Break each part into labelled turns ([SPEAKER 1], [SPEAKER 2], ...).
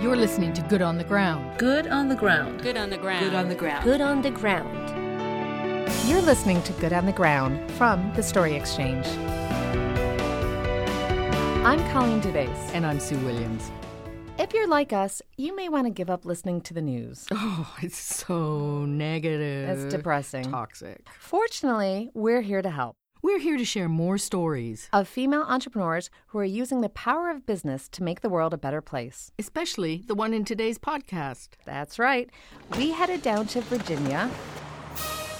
[SPEAKER 1] You're listening to Good on the Ground.
[SPEAKER 2] Good on the ground.
[SPEAKER 3] Good on the ground.
[SPEAKER 4] Good on the ground.
[SPEAKER 5] Good on the ground.
[SPEAKER 1] You're listening to Good on the Ground from the Story Exchange. I'm Colleen DeBase.
[SPEAKER 3] And I'm Sue Williams.
[SPEAKER 1] If you're like us, you may want to give up listening to the news.
[SPEAKER 3] Oh, it's so negative.
[SPEAKER 1] That's depressing.
[SPEAKER 3] Toxic.
[SPEAKER 1] Fortunately, we're here to help.
[SPEAKER 3] We're here to share more stories,
[SPEAKER 1] Of female entrepreneurs who are using the power of business to make the world a better place.
[SPEAKER 3] especially the one in today's podcast.
[SPEAKER 1] That's right. We headed down to Virginia,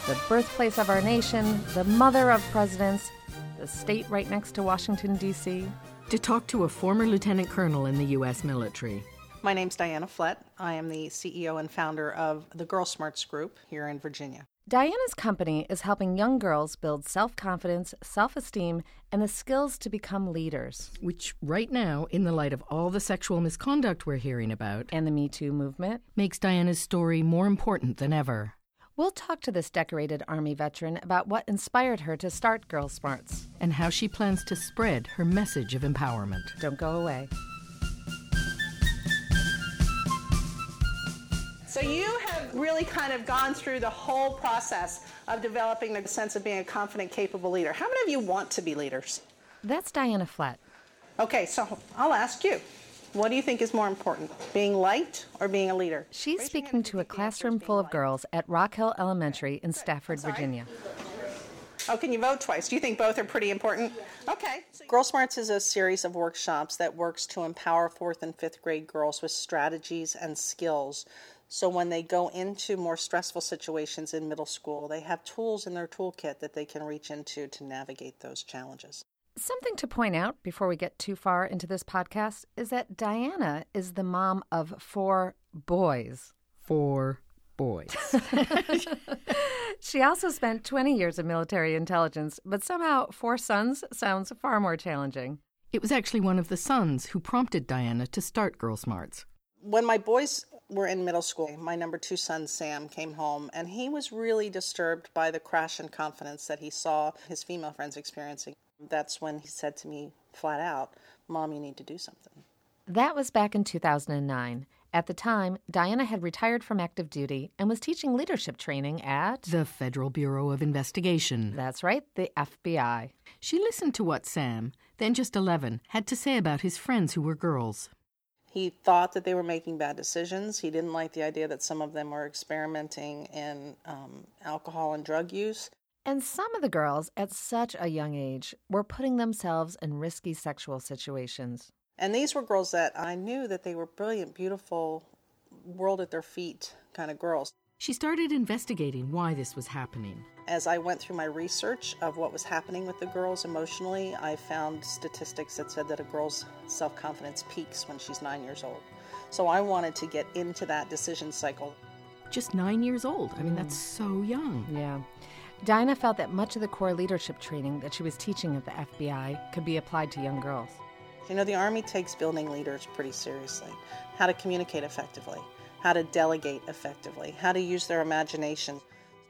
[SPEAKER 1] the birthplace of our nation, the mother of presidents, the state right next to Washington, D.C.
[SPEAKER 3] To talk to a former lieutenant colonel in the U.S. military.
[SPEAKER 6] My name's Diana Flett. I am the CEO and founder of the Girl Smarts Group here in Virginia.
[SPEAKER 1] Diana's company is helping young girls build self confidence, self esteem, and the skills to become leaders.
[SPEAKER 3] Which, right now, in the light of all the sexual misconduct we're hearing about,
[SPEAKER 1] And the Me Too movement.
[SPEAKER 3] makes Diana's story more important than ever.
[SPEAKER 1] We'll talk to this decorated Army veteran about what inspired her to start Girl Smarts.
[SPEAKER 3] And how she plans to spread her message of empowerment.
[SPEAKER 1] Don't go away.
[SPEAKER 6] So, you have really kind of gone through the whole process of developing a sense of being a confident, capable leader. How many of you want to be leaders?
[SPEAKER 1] That's Diana Flatt.
[SPEAKER 6] Okay, so I'll ask you what do you think is more important, being liked or being a leader?
[SPEAKER 1] She's speaking to a classroom full of girls at Rock Hill Elementary in Stafford, Virginia.
[SPEAKER 6] Oh, can you vote twice? Do you think both are pretty important? Okay. Girl Smarts is a series of workshops that works to empower fourth and fifth grade girls with strategies and skills. So when they go into more stressful situations in middle school, they have tools in their toolkit that they can reach into to navigate those challenges.
[SPEAKER 1] Something to point out before we get too far into this podcast is that Diana is the mom of four boys.
[SPEAKER 3] For boys.
[SPEAKER 1] She also spent 20 years in military intelligence, but somehow four sons sounds far more challenging.
[SPEAKER 3] It was actually one of the sons who prompted Diana to start Girl Smarts.
[SPEAKER 6] When my boys were in middle school, my number two son, Sam, came home and he was really disturbed by the crash in confidence that he saw his female friends experiencing. That's when he said to me flat out, Mom, you need to do something.
[SPEAKER 1] That was back in 2009. At the time, Diana had retired from active duty and was teaching leadership training at.
[SPEAKER 3] The Federal Bureau of Investigation.
[SPEAKER 1] That's right, the FBI.
[SPEAKER 3] She listened to what Sam, then just 11, had to say about his friends who were girls.
[SPEAKER 6] He thought that they were making bad decisions. He didn't like the idea that some of them were experimenting in um, alcohol and drug use.
[SPEAKER 1] And some of the girls at such a young age were putting themselves in risky sexual situations.
[SPEAKER 6] And these were girls that I knew that they were brilliant, beautiful, world at their feet kind of girls.
[SPEAKER 3] She started investigating why this was happening.
[SPEAKER 6] As I went through my research of what was happening with the girls emotionally, I found statistics that said that a girl's self confidence peaks when she's nine years old. So I wanted to get into that decision cycle.
[SPEAKER 3] Just nine years old. I mean, that's so young.
[SPEAKER 1] Yeah. Dinah felt that much of the core leadership training that she was teaching at the FBI could be applied to young girls.
[SPEAKER 6] You know, the Army takes building leaders pretty seriously how to communicate effectively, how to delegate effectively, how to use their imagination.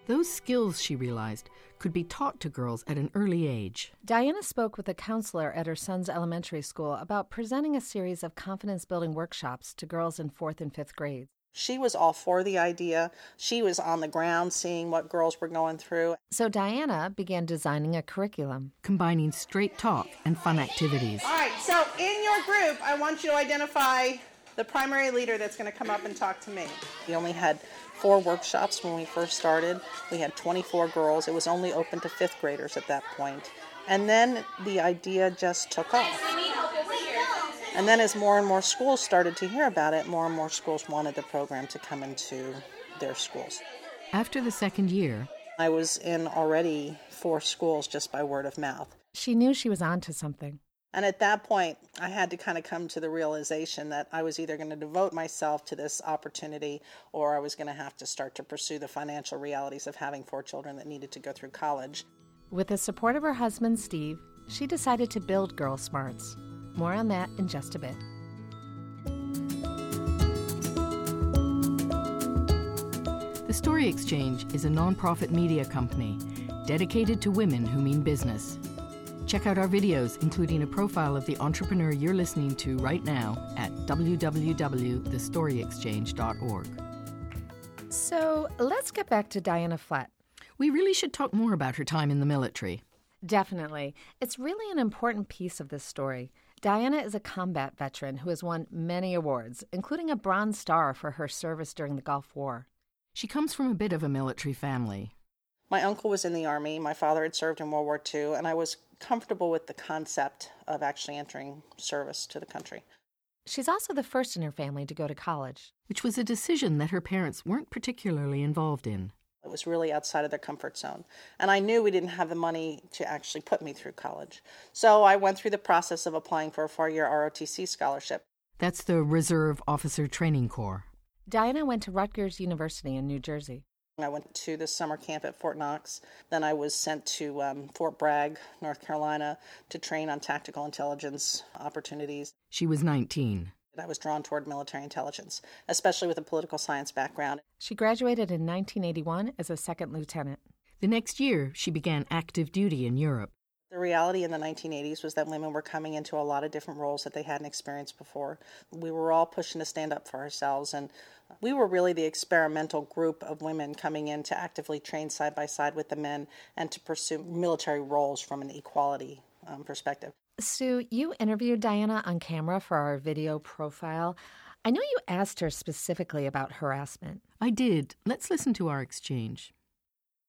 [SPEAKER 3] Those skills, she realized, could be taught to girls at an early age.
[SPEAKER 1] Diana spoke with a counselor at her son's elementary school about presenting a series of confidence building workshops to girls in fourth and fifth grades.
[SPEAKER 6] She was all for the idea. She was on the ground seeing what girls were going through.
[SPEAKER 1] So Diana began designing a curriculum.
[SPEAKER 3] Combining straight talk and fun activities.
[SPEAKER 6] All right, so in your group, I want you to identify the primary leader that's going to come up and talk to me. We only had four workshops when we first started. We had 24 girls. It was only open to fifth graders at that point. And then the idea just took off. And then as more and more schools started to hear about it, more and more schools wanted the program to come into their schools.
[SPEAKER 3] After the second year,
[SPEAKER 6] I was in already four schools just by word of mouth.
[SPEAKER 1] She knew she was onto something.
[SPEAKER 6] And at that point, I had to kind of come to the realization that I was either going to devote myself to this opportunity or I was going to have to start to pursue the financial realities of having four children that needed to go through college.
[SPEAKER 1] With the support of her husband, Steve, she decided to build Girl Smarts. More on that in just a bit.
[SPEAKER 3] The Story Exchange is a nonprofit media company dedicated to women who mean business. Check out our videos, including a profile of the entrepreneur you're listening to right now, at www.thestoryexchange.org.
[SPEAKER 1] So let's get back to Diana Flatt.
[SPEAKER 3] We really should talk more about her time in the military.
[SPEAKER 1] Definitely. It's really an important piece of this story. Diana is a combat veteran who has won many awards, including a Bronze Star for her service during the Gulf War.
[SPEAKER 3] She comes from a bit of a military family.
[SPEAKER 6] My uncle was in the Army, my father had served in World War II, and I was comfortable with the concept of actually entering service to the country.
[SPEAKER 1] She's also the first in her family to go to college.
[SPEAKER 3] which was a decision that her parents weren't particularly involved in.
[SPEAKER 6] It was really outside of their comfort zone. And I knew we didn't have the money to actually put me through college. So I went through the process of applying for a four year ROTC scholarship.
[SPEAKER 3] That's the Reserve Officer Training Corps.
[SPEAKER 1] Diana went to Rutgers University in New Jersey.
[SPEAKER 6] I went to the summer camp at Fort Knox. Then I was sent to um, Fort Bragg, North Carolina, to train on tactical intelligence opportunities.
[SPEAKER 3] She was 19.
[SPEAKER 6] And I was drawn toward military intelligence, especially with a political science background.
[SPEAKER 1] She graduated in 1981 as a second lieutenant.
[SPEAKER 3] The next year, she began active duty in Europe.
[SPEAKER 6] The reality in the 1980s was that women were coming into a lot of different roles that they hadn't experienced before. We were all pushing to stand up for ourselves, and we were really the experimental group of women coming in to actively train side by side with the men and to pursue military roles from an equality um, perspective.
[SPEAKER 1] Sue, you interviewed Diana on camera for our video profile. I know you asked her specifically about harassment.
[SPEAKER 3] I did. Let's listen to our exchange.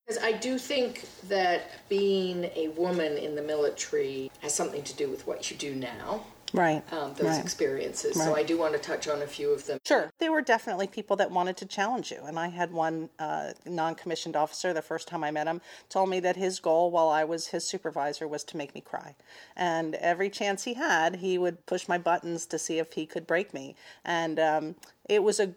[SPEAKER 2] Because I do think that being a woman in the military has something to do with what you do now,
[SPEAKER 6] Right.
[SPEAKER 2] um, those experiences. So
[SPEAKER 6] Right.
[SPEAKER 2] I do want to touch on a few of them.
[SPEAKER 6] Sure. There were definitely people that wanted to challenge you. And I had one uh, non commissioned officer the first time I met him told me that his goal while I was his supervisor was to make me cry. And every chance he had, he would push my buttons to see if he could break me. And um, it was a g-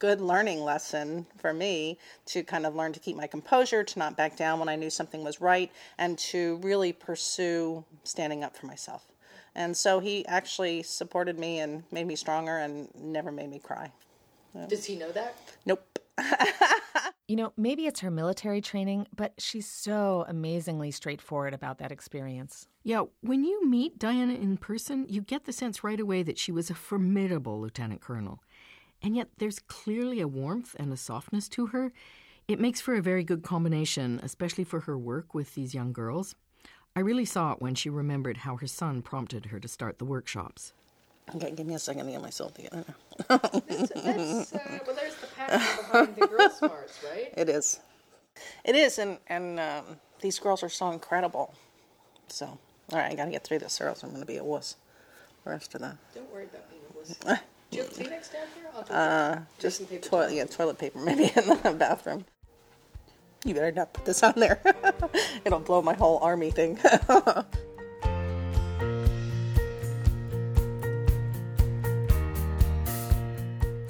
[SPEAKER 6] good learning lesson for me to kind of learn to keep my composure, to not back down when I knew something was right, and to really pursue standing up for myself. And so he actually supported me and made me stronger and never made me cry.
[SPEAKER 2] Does he know that?
[SPEAKER 6] Nope.
[SPEAKER 1] You know, maybe it's her military training, but she's so amazingly straightforward about that experience.
[SPEAKER 3] Yeah, when you meet Diana in person, you get the sense right away that she was a formidable lieutenant colonel. And yet, there's clearly a warmth and a softness to her. It makes for a very good combination, especially for her work with these young girls. I really saw it when she remembered how her son prompted her to start the workshops.
[SPEAKER 6] Okay, give me a second to get myself together.
[SPEAKER 2] That's, that's, uh, well, there's the passion behind the girl smarts, right?
[SPEAKER 6] It is. It is, and and um, these girls are so incredible. So, all right, I gotta get through this, or else I'm gonna be a wuss. The rest of the
[SPEAKER 2] Don't worry about being a wussy. Do you have Kleenex down here? I'll do that.
[SPEAKER 6] uh, just
[SPEAKER 2] some paper
[SPEAKER 6] toilet, yeah, toilet paper maybe in the bathroom. You better not put this on there. It'll blow my whole army thing.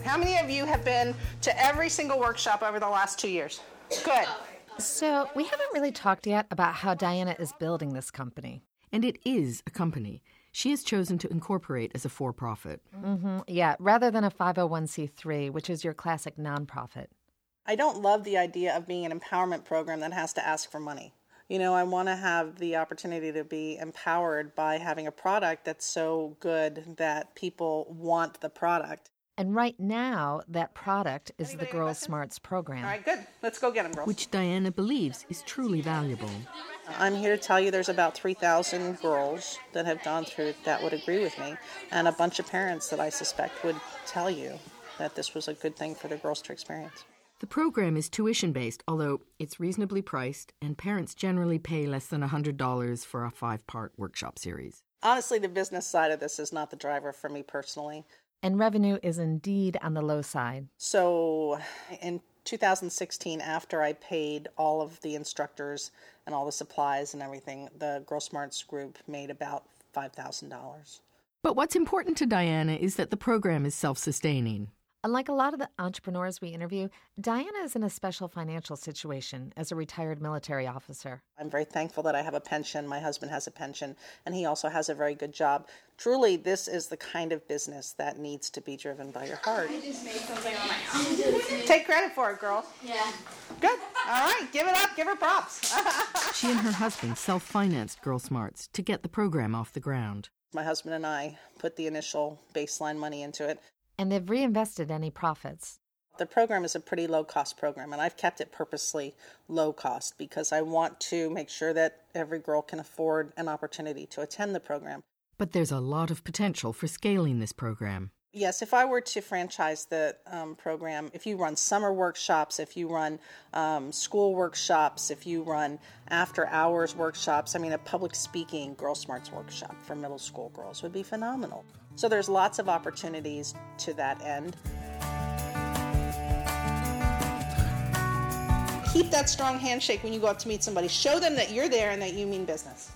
[SPEAKER 6] How many of you have been to every single workshop over the last two years? Good.
[SPEAKER 1] So, we haven't really talked yet about how Diana is building this company.
[SPEAKER 3] And it is a company she has chosen to incorporate as a for profit.
[SPEAKER 1] Mm-hmm, Yeah, rather than a 501c3, which is your classic nonprofit.
[SPEAKER 6] I don't love the idea of being an empowerment program that has to ask for money. You know, I want to have the opportunity to be empowered by having a product that's so good that people want the product.
[SPEAKER 1] And right now, that product is the Girl Smarts program.
[SPEAKER 6] All right, good. Let's go get them, girls.
[SPEAKER 3] Which Diana believes is truly valuable.
[SPEAKER 6] I'm here to tell you there's about 3,000 girls that have gone through it that would agree with me, and a bunch of parents that I suspect would tell you that this was a good thing for the girls to experience.
[SPEAKER 3] The program is tuition based, although it's reasonably priced, and parents generally pay less than $100 for a five part workshop series.
[SPEAKER 6] Honestly, the business side of this is not the driver for me personally.
[SPEAKER 1] And revenue is indeed on the low side.
[SPEAKER 6] So in 2016, after I paid all of the instructors and all the supplies and everything, the Girl Smarts group made about $5,000.
[SPEAKER 3] But what's important to Diana is that the program is self sustaining.
[SPEAKER 1] Unlike a lot of the entrepreneurs we interview, Diana is in a special financial situation as a retired military officer.
[SPEAKER 6] I'm very thankful that I have a pension. My husband has a pension, and he also has a very good job. Truly, this is the kind of business that needs to be driven by your heart.
[SPEAKER 4] just made something on my own.
[SPEAKER 6] Take credit for it, girls.
[SPEAKER 4] Yeah.
[SPEAKER 6] Good. All right, give it up. Give her props.
[SPEAKER 3] She and her husband self financed Girl Smarts to get the program off the ground.
[SPEAKER 6] My husband and I put the initial baseline money into it.
[SPEAKER 1] And they've reinvested any profits.
[SPEAKER 6] The program is a pretty low cost program, and I've kept it purposely low cost because I want to make sure that every girl can afford an opportunity to attend the program.
[SPEAKER 3] But there's a lot of potential for scaling this program.
[SPEAKER 6] Yes, if I were to franchise the um, program, if you run summer workshops, if you run um, school workshops, if you run after hours workshops, I mean, a public speaking Girl Smarts workshop for middle school girls would be phenomenal. So there's lots of opportunities to that end. Keep that strong handshake when you go up to meet somebody. Show them that you're there and that you mean business.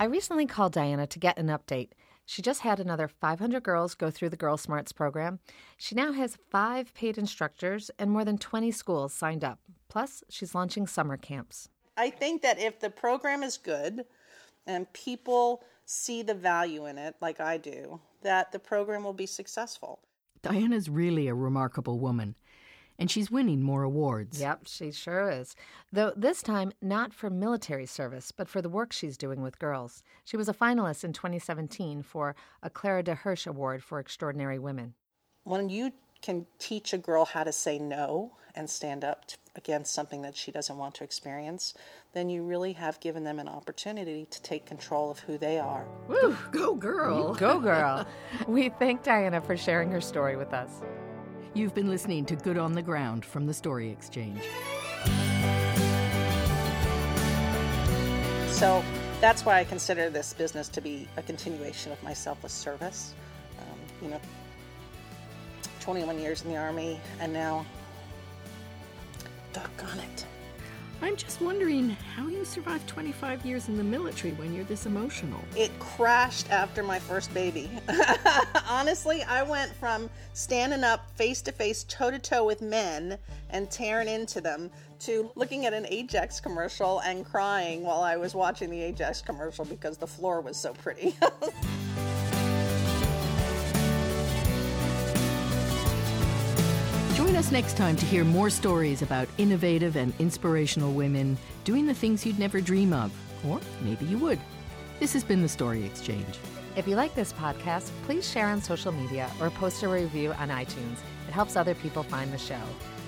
[SPEAKER 1] I recently called Diana to get an update. She just had another 500 girls go through the Girl Smarts program. She now has five paid instructors and more than 20 schools signed up. Plus, she's launching summer camps.
[SPEAKER 6] I think that if the program is good and people see the value in it, like I do, that the program will be successful.
[SPEAKER 3] Diana's really a remarkable woman, and she's winning more awards.
[SPEAKER 1] Yep, she sure is. Though this time, not for military service, but for the work she's doing with girls. She was a finalist in 2017 for a Clara de Hirsch Award for Extraordinary Women.
[SPEAKER 6] When you can teach a girl how to say no and stand up t against something that she doesn't want to experience, then you really have given them an opportunity to take control of who they are.
[SPEAKER 3] Woo, go girl.
[SPEAKER 1] Go, girl. we thank Diana for sharing her story with us.
[SPEAKER 3] You've been listening to Good on the Ground from the Story Exchange.
[SPEAKER 6] So that's why I consider this business to be a continuation of my selfless service. Um, you know, 21 years in the Army, and now, doggone it.
[SPEAKER 3] I'm just wondering how you survived 25 years in the military when you're this emotional.
[SPEAKER 6] It crashed after my first baby. Honestly, I went from standing up face to face, toe to toe with men and tearing into them to looking at an Ajax commercial and crying while I was watching the Ajax commercial because the floor was so pretty.
[SPEAKER 3] Join us next time to hear more stories about innovative and inspirational women doing the things you'd never dream of, or maybe you would. This has been the Story Exchange.
[SPEAKER 1] If you like this podcast, please share on social media or post a review on iTunes. It helps other people find the show.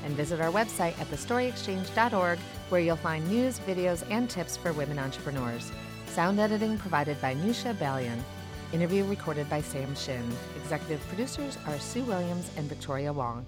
[SPEAKER 1] And visit our website at thestoryexchange.org, where you'll find news, videos, and tips for women entrepreneurs. Sound editing provided by Nusha Balian. Interview recorded by Sam Shin. Executive producers are Sue Williams and Victoria Wong.